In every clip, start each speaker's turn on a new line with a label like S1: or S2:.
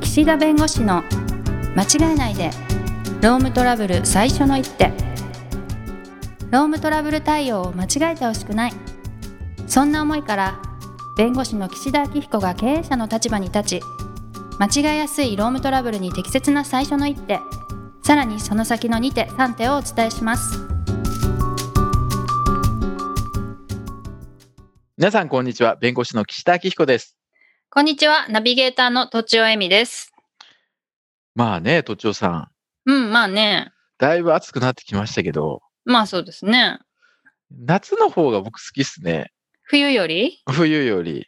S1: 岸田弁護士の間違えないでロームトラブル最初の一手ロームトラブル対応を間違えてほしくないそんな思いから弁護士の岸田明彦が経営者の立場に立ち間違えやすいロームトラブルに適切な最初の一手さらにその先の2手3手をお伝えします
S2: 皆さん、こんにちは。弁護士の岸田明彦です。
S1: こんにちはナビゲーターのとちおえみです
S2: まあね、とちおさん、
S1: うんまあね
S2: だいぶ暑くなってきましたけど、
S1: まあそうですね
S2: 夏の方が僕好きっすね。
S1: 冬より
S2: 冬より。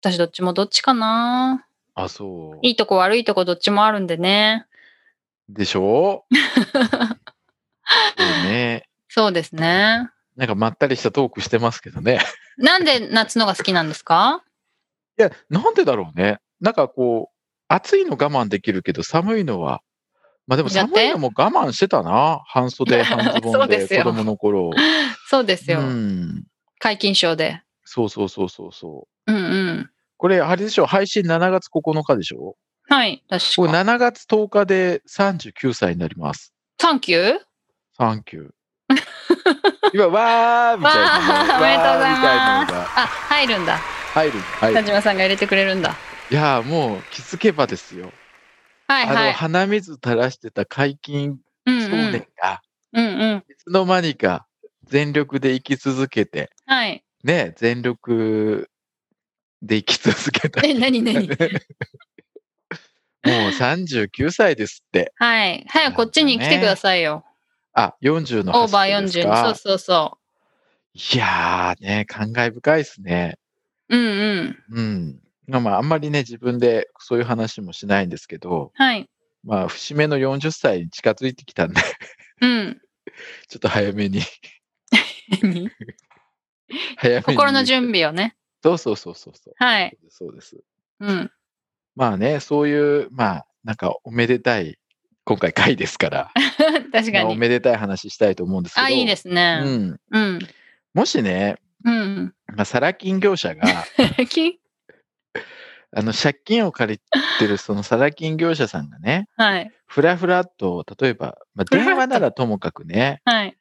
S1: 私どっちもどっちかな
S2: あ、そう。
S1: いいとこ悪いとこどっちもあるんでね
S2: でしょ うそうね。
S1: そうですね。
S2: なんかまったりしたトークしてますけどね。
S1: なんで夏のが好きなんですか
S2: いや、なんでだろうね。なんかこう、暑いの我慢できるけど、寒いのは、まあでも
S1: やって
S2: 寒いのも我慢してたな。半袖、半ズボ
S1: そう
S2: ン
S1: で
S2: で、
S1: すよ
S2: 子供の頃。
S1: そうですよ。
S2: うん。
S1: 解禁賞で。
S2: そうそうそうそうそう。
S1: うんうん。
S2: これ、あれでしょ配信7月9日でしょ
S1: はい、確
S2: 僕
S1: か。
S2: 7月10日で39歳になります。
S1: サンキュー
S2: サン キュー。今、わーみ
S1: わ
S2: たいな。
S1: あ、おめでとうござい
S2: わー
S1: ま
S2: みたい
S1: す
S2: なのが。
S1: あ、入るんだ。
S2: 入る。入
S1: 田
S2: る。
S1: 島さんが入れてくれるんだ。
S2: いやー、もう気づけばですよ。
S1: はい
S2: あ
S1: は
S2: の、
S1: い。
S2: 鼻水垂らしてた解禁
S1: うん
S2: 少
S1: うん。
S2: 年が、
S1: うんうん。
S2: いつの間にか全力で生き続けて、
S1: はい。
S2: ね、全力で生き続け た。
S1: え、なになに
S2: もう39歳ですって。
S1: はい。早くこっちに来てくださいよ。
S2: あ、40の
S1: オーバ
S2: 橋
S1: ー
S2: です
S1: 40
S2: か
S1: に。そうそうそ
S2: いやーね、感慨深いですね。
S1: う。うんうん。
S2: うん。まあまあ、あんまりね、自分でそういう話もしないんですけど、
S1: はい。
S2: まあ、節目の40歳に近づいてきたんで、
S1: うん。
S2: ちょっと早めに、 早めに。
S1: 心の準備をね。
S2: そうそうそうそうそう。
S1: はい。
S2: そうです。
S1: うん。
S2: まあね、そういう、まあ、なんかおめでたい、今回回ですから、
S1: 確か
S2: まあお
S1: に。
S2: めでたい話したいと思うんですけど、
S1: あ、いいですね。
S2: うん。
S1: うん。
S2: もしね、
S1: うん。
S2: まあ、サラ金業者が、
S1: き
S2: あの、借金を借りてるそのサラ金業者さんがね、
S1: はい。
S2: ふらふらっと、例えば、まあ、
S1: ふらふらっと
S2: 電話ならともかくね、
S1: はい。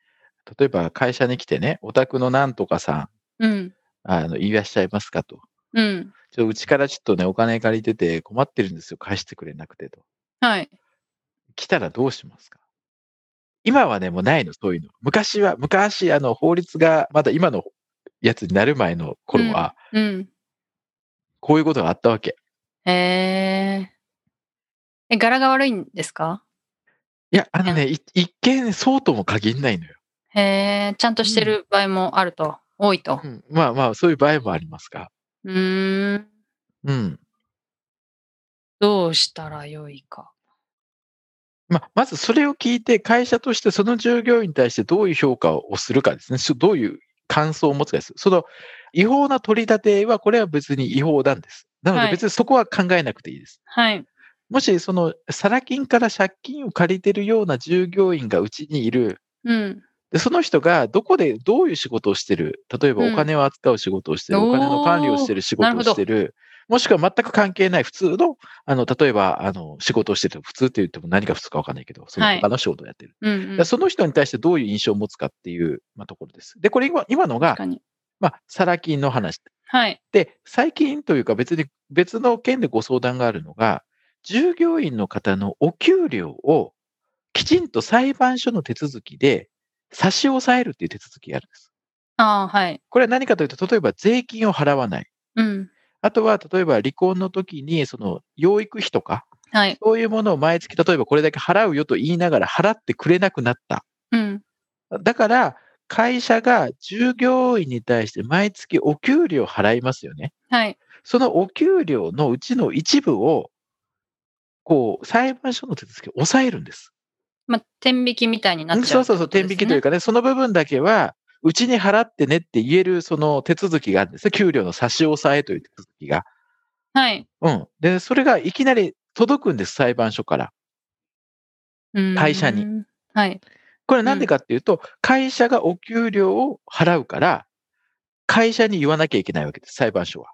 S2: 例えば会社に来てね、お宅のなんとかさ
S1: うん。
S2: ん、あの、いらっしゃいますかと。
S1: うん。
S2: ちょうちからちょっとね、お金借りてて困ってるんですよ。返してくれなくてと。
S1: はい。
S2: 来たらどうしますか今はね、もうないの、そういうの。昔は、昔、あの、法律が、まだ今のやつになる前の頃は、
S1: うん。
S2: こういうことがあったわけ。
S1: へえ。え、柄が悪いんですか
S2: いや、あのね、い一見、そうとも限んないのよ。
S1: へえ。ちゃんとしてる場合もあると。多いと
S2: う。ん、まあまあ、そういう場合もありますが。
S1: うーん。
S2: うん。
S1: どうしたらよいか。
S2: まあ、まずそれを聞いて、会社としてその従業員に対してどういう評価をするかですね。しどういう感想を持つかです。その違法な取り立ては、これは別に違法なんです。なの
S1: はい
S2: で別にそこは考えなくていいです。
S1: はい。
S2: もし、その、サラ金から借金を借りてるような従業員がうちにいる。
S1: うん。
S2: で、その人がどこでどういう仕事をしてる。例えば
S1: うん
S2: お金を扱う仕事をしてる。
S1: おー
S2: お金の管理をしてる仕
S1: な
S2: 事
S1: るほ
S2: を
S1: ど
S2: してる。もしくは全く関係ない普通の、あの、例えば、あの、仕事をしてる。普通って言っても何が普通かわかんないけど、その
S1: はい
S2: 他の仕事をやってる。
S1: うん
S2: だ
S1: う
S2: か
S1: ん。
S2: らその人に対してどういう印象を持つかっていう、まあ、ところです。で、これ今今のが
S1: 確、かに。
S2: まあ、サラ金の話。
S1: はい。
S2: で、最近というか別に別の件でご相談があるのが、従業員の方のお給料をきちんと裁判所の手続きで差し押さえるっていう手続きがあるんです。
S1: ああ、はい。
S2: これは何かというと、例えば税金を払わない。
S1: うん。
S2: あとは、例えば離婚の時に、その養育費とか、
S1: はい。
S2: そういうものを毎月、例えばこれだけ払うよと言いながら払ってくれなくなった。
S1: うん。
S2: だから、会社が従業員に対して毎月お給料払いますよね。
S1: はい。
S2: そのお給料のうちの一部を、こう、裁判所の手続きを抑えるんです。
S1: まあ、天引きみたいになっちゃう、
S2: そうそうそう、天引きという
S1: か。
S2: かね、その部分だけは、うちに払ってねって言えるその手続きがあるんですね。給料の差し押さえという手続きが。
S1: はい。
S2: うん。で、それがいきなり届くんです、裁判所から。
S1: うん
S2: 会社に。
S1: はい。
S2: これなんでかっていうと、会社がお給料を払うから、会社に言わなきゃいけないわけです、裁判所は。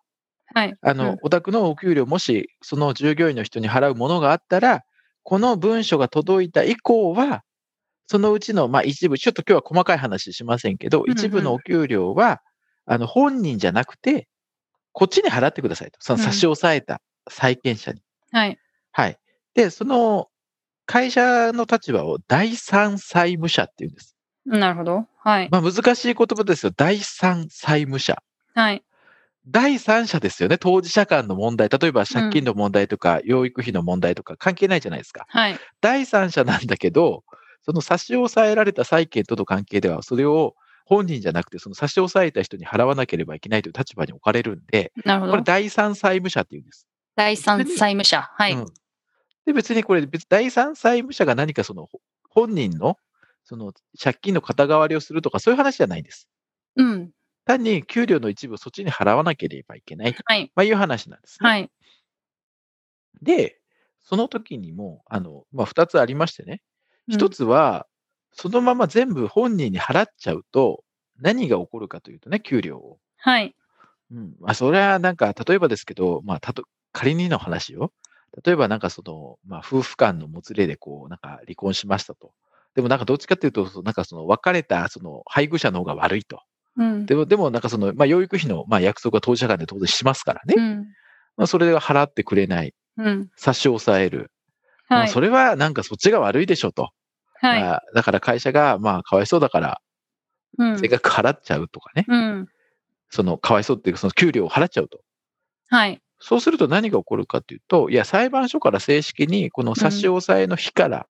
S1: はい。
S2: あの、
S1: うん
S2: お宅のお給料、もしその従業員の人に払うものがあったら、この文書が届いた以降は、そのうちの、まあ、一部、ちょっと今日は細かい話しませんけど、
S1: んうん
S2: 一部のお給料は、あの、本人じゃなくて、こっちに払ってくださいと。その
S1: うん
S2: 差し押さえた債権者に。
S1: はい。
S2: はい。で、その会社の立場を第三債務者っていうんです。
S1: なるほど。はい。
S2: まあ、難しい言葉ですよ。第三債務者。
S1: はい。
S2: 第三者ですよね、当事者間の問題、例えば借金の問題とか、養育費の問題とか、関係ないじゃないですか。
S1: はい。
S2: 第三者なんだけど、その差し押さえられた債権との関係では、それを本人じゃなくて、その差し押さえた人に払わなければいけないという立場に置かれるんで、
S1: なるほ
S2: これ、
S1: ど。
S2: 第三債務者っていうんです。
S1: 第三債務者。はい。
S2: うんで、別にこれ、別第三債務者が何かそのほ本人のその借金の肩代わりをするとか、そういう話じゃないんです。
S1: うん。
S2: 単に給料の一部をそっちに払わなければいけないと、
S1: はい。
S2: まあ、いう話なんですね。
S1: はい。
S2: で、その時にも、あの、まあ、二つありましてね。
S1: うん
S2: 一。つは、そのまま全部本人に払っちゃうと、何が起こるかというとね、給料を。
S1: はい。
S2: うん。まあ、それはなんか、例えばですけど、まあ、たと、仮にの話よ。例えばなんかその、まあ、夫婦間のもつれで、こう、なんか離婚しましたと。でもなんかどっちかっていうと、そのなんかその別れたその配偶者の方が悪いと。
S1: うん。
S2: でも、でもなんかその、まあ、養育費の、まあ、約束は当事者間で当然しますからね。
S1: うん。
S2: まあ、それが払ってくれない。
S1: うん。
S2: 差し押さえる。ま
S1: は
S2: あ
S1: い。
S2: それはなんかそっちが悪いでしょと。
S1: はい。
S2: まあだから会社がまあかわいそうだから、
S1: うん
S2: せっ。かく払っちゃうとかね、
S1: うん。
S2: そのかわいそうっていうか、その給料を払っちゃうと。
S1: はい。
S2: そうすると何が起こるかっていうと、いや、裁判所から正式にこの差し押さえの日から、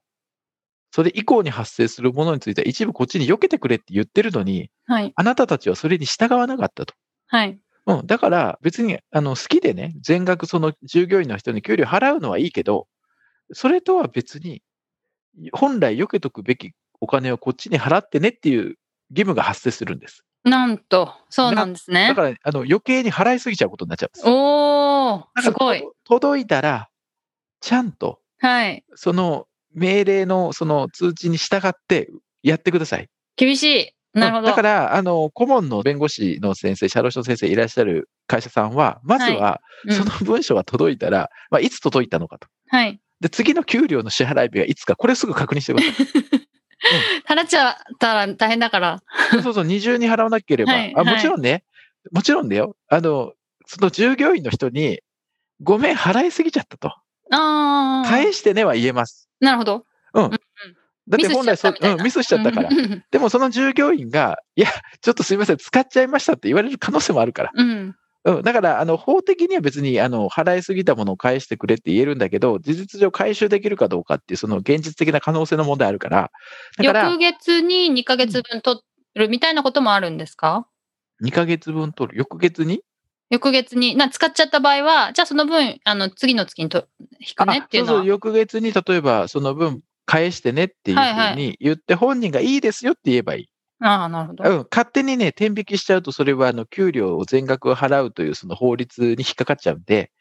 S2: それ以降に発生するものについては一部こっちに避けてくれって言ってるのに、
S1: はい。
S2: あなたたちはそれに従わなかったと。
S1: はい。
S2: うん、だから別にあの好きでね、全額その従業員の人に給料払うのはいいけど、それとは別に、本来避けとくべきお金をこっちに払ってねっていう義務が発生するんです。
S1: なんと、そうなんですね
S2: だ。から、あの余計に払いすぎちゃうことになっちゃうんです。
S1: おお
S2: だ
S1: す
S2: から
S1: ごい。。
S2: 届いたら、ちゃんと
S1: はい。
S2: その命令のその通知に従ってやってください。
S1: 厳しい。なるほ
S2: う
S1: ど。
S2: んだから、あの、顧問の弁護士の先生、社労士の先生いらっしゃる会社さんは、まずは、
S1: うん
S2: その文書が届いたら、まあ、いつ届いたのかと。
S1: はい。
S2: で、次の給料の支払い日がいつか、これすぐ確認し てください。
S1: 払っちゃったら大変だから。
S2: そうそうそう、二重に払わなければ。
S1: はいは
S2: あ
S1: い
S2: もちろんね、もちろんだよ。あの、その従業員の人に、ごめん、払いすぎちゃったと。
S1: ああ。
S2: 返してねは言えます。
S1: なるほど。
S2: だって
S1: ミス
S2: 本来
S1: しちゃ
S2: そ
S1: ったみたい
S2: う
S1: な
S2: うんミスしちゃったから
S1: う。ん。
S2: でもその従業員が、いや、ちょっとすいません、使っちゃいましたって言われる可能性もあるから。
S1: うん。
S2: うん、だから、あの、法的には別に、あの、払いすぎたものを返してくれって言えるんだけど、事実上回収できるかどうかっていう、その現実的な可能性の問題あるから。だから、
S1: 翌月に2ヶ月分取るみたいなこともあるんですか
S2: 2ヶ月分取る。翌月に
S1: 翌月に、な使っちゃった場合は、じゃあその分、あの、次の月にと引くねっていうの
S2: あそうそう、
S1: は。
S2: 翌月に例えばその分返してねっていうふ
S1: はいはいう
S2: に言って、本人がいいですよって言えばいい。
S1: ああ、なるほど。
S2: うん、勝手にね、天引きしちゃうと、それはあの給料を全額払うというその法律に引っかかっちゃうんで、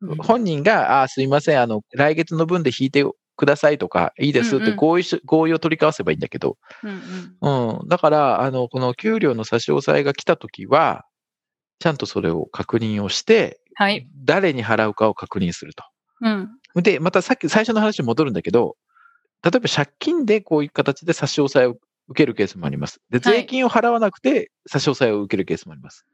S1: うん
S2: 本人が、あーすいません、あの、来月の分で引いてくださいとか、いいですっ
S1: うんう
S2: て
S1: ん
S2: 合意し、合意を取り交わせばいいんだけど、
S1: うんうん
S2: うん、だから、あの、この給料の差し押さえが来たときは、ちゃんとそれを確認をして、
S1: はい。
S2: 誰に払うかを確認すると。
S1: うん。
S2: で、またさっき最初の話に戻るんだけど、例えば借金でこういう形で差し押さえを受けるケースもあります。で、
S1: はい
S2: 税金を払わなくて差し押さえを受けるケースもあります。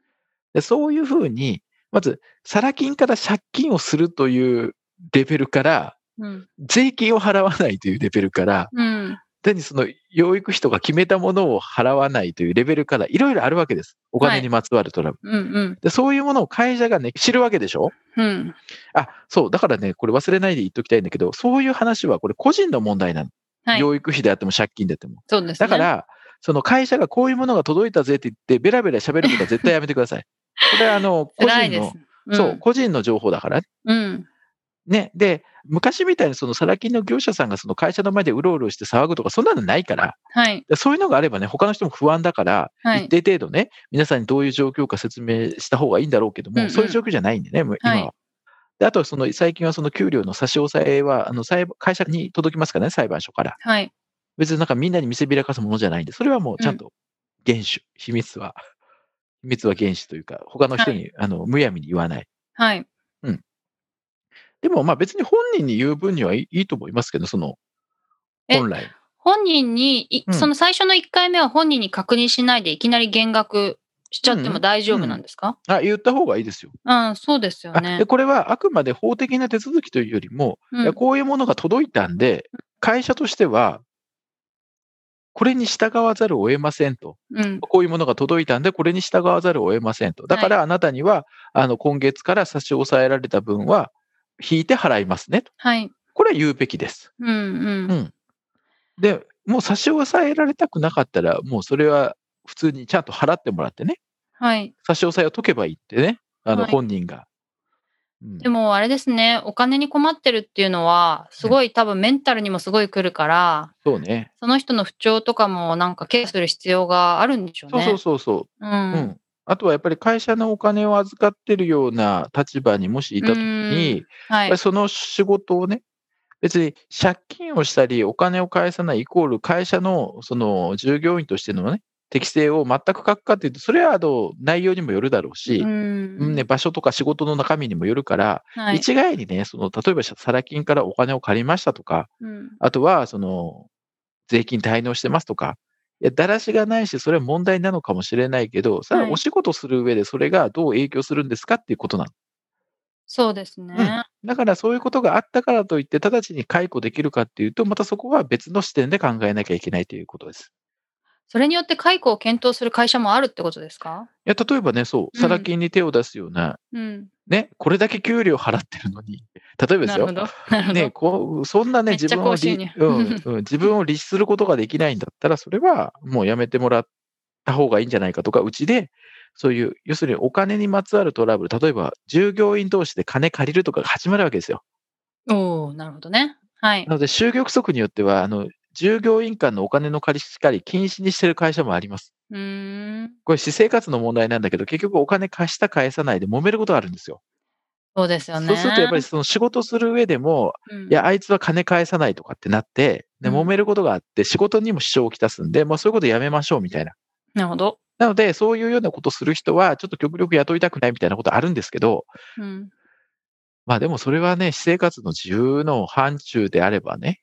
S2: でそういうふうに、まず、サラ金から借金をするというレベルから、
S1: うん。
S2: 税金を払わないというレベルから、
S1: うん。
S2: 単にその養育費とか決めたものを払わないというレベルから、いろいろあるわけです。お金にまつわるトラブル。
S1: うん。うん。
S2: でそういうものを会社がね、知るわけでしょ
S1: うん。
S2: あ、そう、だからね、これ忘れないで言っときたいんだけど、そういう話はこれ個人の問題なの。
S1: はい。
S2: 養育費であっても借金であっても。
S1: そうですね。
S2: だから、その会社がこういうものが届いたぜって言って、ベラベラ喋ることは絶対やめてく ださい。これはあの、個
S1: 偉い
S2: 人
S1: で
S2: の
S1: す、。
S2: そう、個人の情報だからね
S1: うん。うん。
S2: ね。で、昔みたいにそのサラ金の業者さんがその会社の前でうろうろして騒ぐとか、そんなのないから、
S1: はい。
S2: そういうのがあればね、他の人も不安だから、
S1: は
S2: 一
S1: い。
S2: 定程度ね、皆さんにどういう状況か説明した方がいいんだろうけども、
S1: うんうん
S2: そういう状況じゃないんでね、もう今は。
S1: はい
S2: であとはその最近はその給料の差し押さえはあの裁判会社に届きますからね、裁判所から。
S1: はい。
S2: 別になんかみんなに見せびらかすものじゃないんで、それはもうちゃんと厳守、秘密は、秘密は厳守というか、他の人に、あのむやみに言わない。
S1: はい。
S2: でもまあ別に本人に言う分にはいいいいと思いますけど、その、
S1: え
S2: 本来。
S1: 本人に、い
S2: うん
S1: その最初の1回目は本人に確認しないでいきなり減額しちゃっても大丈夫なんですか、
S2: あ、言った方がいいですよ。
S1: うん、そうですよ
S2: あ
S1: ね
S2: で。これはあくまで法的な手続きというよりも、
S1: うん
S2: いやこういうものが届いたんで、会社としては、これに従わざるを得ませんと。
S1: うん、
S2: こういうものが届いたんで、これに従わざるを得ませんと。だからあなたには、あの、今月から差し押さえられた分は、引いて払いますねと。
S1: はい。
S2: これは言うべきです。
S1: うん、うん。
S2: うんで、もう差し押さえられたくなかったら、もうそれは普通にちゃんと払ってもらってね、
S1: はい。
S2: 差し押さえを解けばいいってね、あの、
S1: はい
S2: 本人が。うん
S1: でもあれですね、お金に困ってるっていうのは、すごい多分メンタルにもすごい来るから、
S2: そうね。
S1: その人の不調とかもなんかケアする必要があるんでしょう
S2: そう
S1: ね。
S2: そうそうそ
S1: う。
S2: う。うんん、あとはやっぱり会社のお金を預かってるような立場にもしいたとき
S1: うん
S2: に、
S1: は
S2: やっ
S1: い
S2: ぱり。その仕事をね、別に借金をしたり、お金を返さないイコール会社のその従業員としてのね、適性を全く書くかっていうと、それはあの内容にもよるだろうし、
S1: う
S2: うん
S1: ん
S2: ね、場所とか仕事の中身にもよるから、
S1: はい。
S2: 一概にね、その例えばサラ金からお金を借りましたとか、
S1: うん
S2: あとは、その、税金滞納してますとか、いや、だらしがないし、それは問題なのかもしれないけど、さ
S1: は
S2: ら
S1: い
S2: お仕事する上でそれがどう影響するんですかっていうことなの。
S1: そうですね。
S2: だから、そういうことがあったからといって、直ちに解雇できるかっていうと、またそこは別の視点で考えなきゃいけないということです。
S1: それによって解雇を検討する会社もあるってことですか
S2: いや、例えばね、そう、
S1: うん
S2: サラ金に手を出すような、
S1: うん。
S2: ね、これだけ給料払ってるのに、例えばで
S1: なる
S2: すよ
S1: ほ、ど。な るほど。
S2: ね、こうそんなね、
S1: めっちゃ
S2: 自分を
S1: 高収
S2: り
S1: 入、
S2: うん うん、自分を律することができないんだったら、それはもうやめてもらった方がいいんじゃないかとか、うちで、そういう、要するにお金にまつわるトラブル、例えば従業員同士で金借りるとかが始まるわけですよ。
S1: おおなるほどね。はい
S2: な。ので、就業規則によっては、あの従業員間のお金の借りしかり禁止にしてる会社もあります。
S1: うーん。
S2: これ、私生活の問題なんだけど、結局お金貸した返さないで揉めることがあるんですよ。
S1: そうですよね。
S2: そうすると、やっぱりその仕事する上でも、
S1: うん、
S2: いや、あいつは金返さないとかってなって、で、
S1: うん
S2: 揉めることがあって、仕事にも支障をきたすんで、もうそういうことやめましょうみたいな。
S1: なるほど。
S2: なので、そういうようなことする人は、ちょっと極力雇いたくないみたいなことあるんですけど、
S1: うん。
S2: まあでもそれはね、私生活の自由の範疇であればね、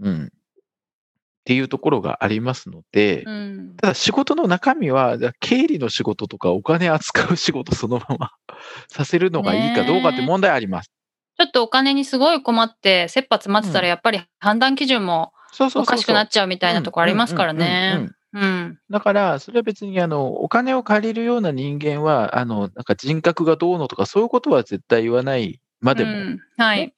S2: うん。っていうところがありますので、
S1: うん。
S2: ただ仕事の中身は、経理の仕事とかお金扱う仕事そのまま させるのがいいかどうかって問題あります。
S1: ちょっとお金にすごい困って、切羽詰まってた
S2: う
S1: ら、やっぱり判断基準も
S2: そうそうそうそう。
S1: おかしくなっちゃうみたいなとこありますから
S2: うんうんうんうん
S1: ね。うん。
S2: だから、それは別にあのお金を借りるような人間は、あのなんか人格がどうのとか、そういうことは絶対言わないまでも、
S1: うんはい。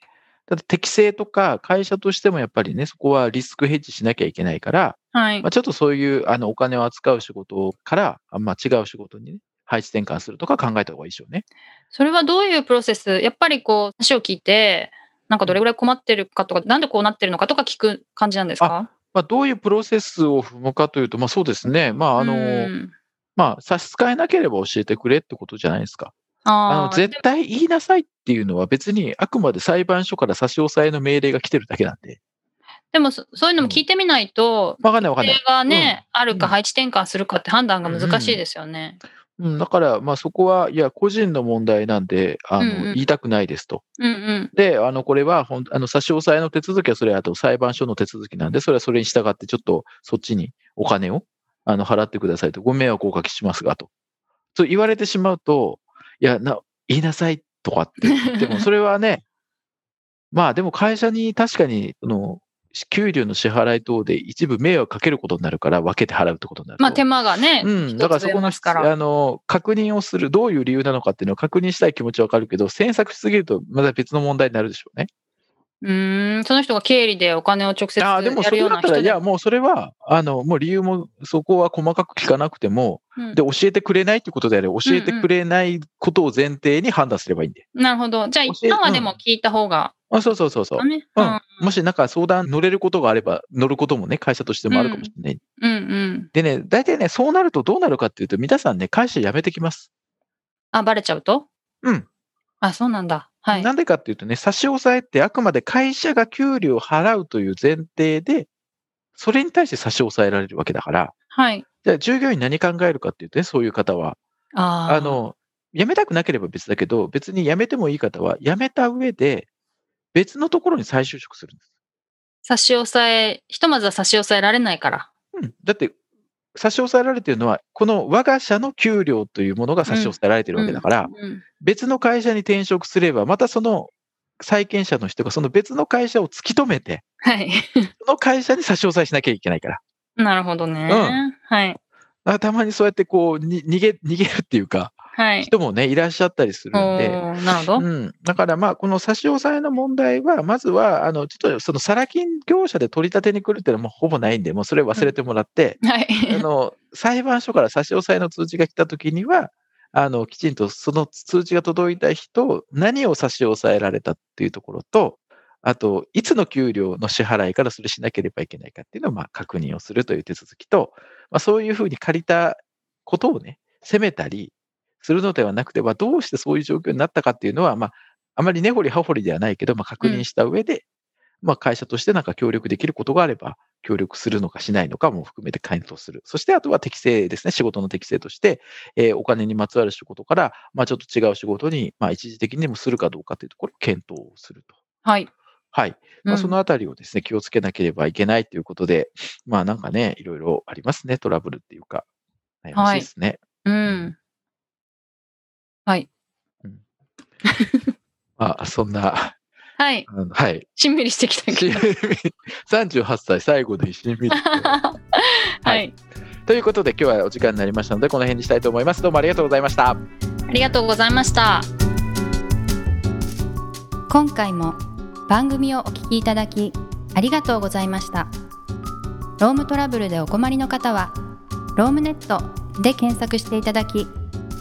S2: ただ適正とか、会社としてもやっぱりね、そこはリスクヘッジしなきゃいけないから、
S1: はい
S2: まあ、。ちょっとそういうあのお金を扱う仕事から、あまあ、違う仕事に、ね、配置転換するとか考えた方がいいでしょうね。
S1: それはどういうプロセスやっぱりこう、話を聞いて、なんかどれぐらい困ってるかとか、なんでこうなってるのかとか聞く感じなんですか
S2: まあ、どういうプロセスを踏むかというと、まあ、そうですね、まああの
S1: うん
S2: まあ、差し支えなければ教えてくれってことじゃないですか。あの
S1: あー
S2: 絶対言いなさいっていうのは別にあくまで裁判所から差し押さえの命令が来てるだけなんで。
S1: でもそそういうのも聞いてみないと、
S2: わかんないわかん
S1: そ
S2: な
S1: れ
S2: い。
S1: がね、ある
S2: う
S1: か
S2: ん
S1: 配置転換するかって判断が難しいですよね。
S2: うん、だから、まあそこは、いや、個人の問題なんで、あの、
S1: うんうん
S2: 言いたくないですと。
S1: うんうん。
S2: で、あの、これは、ほん、あの、差し押さえの手続きはそれ、あと裁判所の手続きなんで、それはそれに従って、ちょっとそっちにお金を、あの、払ってくださいと、ご迷惑をおかけしますが、と。そう言われてしまうと、いや、な、言いなさいとかって 言っても、それはね、まあでも会社に確かに、その、給料の支払い等で一部迷惑かけることになるから、分けて払うってことになると。
S1: まあ手間がね、
S2: うん、だ
S1: 一
S2: から
S1: つ
S2: そ
S1: 増え
S2: この
S1: ますから。
S2: あの確認をする、どういう理由なのかっていうのを確認したい気持ちはわかるけど、詮索しすぎるとまた別の問題になるでしょうね。
S1: うーん、その人が経理でお金を直接
S2: あ
S1: や
S2: あ、でもそ
S1: るよ
S2: れ
S1: う
S2: だ
S1: な
S2: ったら、
S1: 人
S2: い
S1: で
S2: や、
S1: も。
S2: もうそれは、あのもう理由もそこは細かく聞かなくても、
S1: うん
S2: で、教えてくれないってことであれば、教えて
S1: うんうん
S2: くれないことを前提に判断すればいいんで。
S1: なるほど。じゃあ、
S2: 教
S1: 一
S2: え
S1: 旦
S2: う
S1: は
S2: ん
S1: でも聞いた方が、
S2: あそうそうそうそう。
S1: ね。
S2: う
S1: うん
S2: ん、もしなんか相談乗れることがあれば、乗ることもね、会社としてもあるかもしれない。
S1: うんうん。
S2: でね、大体ね、そうなるとどうなるかっていうと、皆さんね、会社辞めてきます。
S1: あ、バレちゃうと
S2: うん。
S1: あ、そうなんだ。はい。
S2: なんでかっていうとね、差し押さえってあくまで会社が給料を払うという前提で、それに対して差し押さえられるわけだから、
S1: はい。
S2: じゃあ従業員何考えるかっていうとね、そういう方は、
S1: あ
S2: あ
S1: ー、
S2: の、辞めたくなければ別だけど、別に辞めてもいい方は、辞めた上で、別のところに再就職するんです。
S1: 差し押さえ、ひとまずは差し押さえられないから。
S2: うん、だって、差し押さえられてるのは、この我が社の給料というものが差し押さえられてるわけだから、
S1: うん、
S2: 別の会社に転職すれば、またその債権者の人がその別の会社を突き止めて、
S1: はい。
S2: その会社に差し押さえしなきゃいけないから。
S1: なるほどね。
S2: うん
S1: はい。
S2: だからたまにそうやってこう、に逃げ、逃げるっていうか、
S1: はい。
S2: 人もね、いらっしゃったりする
S1: お
S2: んで、
S1: ーなるほど。
S2: うん、だからまあ、この差し押さえの問題は、まずは、あの、ちょっとそのサラ金業者で取り立てに来るっていうのはもうほぼないんで、もうそれ忘れてもらって、
S1: はい。
S2: あの、裁判所から差し押さえの通知が来たときには、あの、きちんとその通知が届いた人、何を差し押さえられたっていうところと、あと、いつの給料の支払いからそれしなければいけないかっていうのを、まあ、確認をするという手続きと、まあ、そういうふうに借りたことをね、責めたりするのではなくて、まあ、どうしてそういう状況になったかっていうのは、まあ、あまり根掘り葉掘りではないけど、まあ、確認した上で、まあ、会社としてなんか協力できることがあれば、協力するのかしないのかも含めて回答する。そして、あとは適正ですね。仕事の適正として、えーお金にまつわる仕事から、まあ、ちょっと違う仕事に、まあ、一時的にでもするかどうかというところを検討をすると。
S1: はい。
S2: はい。まあ、
S1: うん
S2: そのあたりをですね、気をつけなければいけないということで、まあ、なんかね、いろいろありますね。トラブルっていうか。悩ましいですね。
S1: うん。はい。
S2: まあ、そんな、
S1: はい。
S2: あのはい。
S1: しんみりしてきたけど。
S2: 38歳最後でしみる。
S1: は
S2: はい
S1: い。
S2: ということで、今日はお時間になりましたので、この辺にしたいと思います。どうもありがとうございました。
S1: ありがとうございました。今回も番組をお聞きいただきありがとうございました。ロームトラブルでお困りの方は、ロームネットで検索していただき、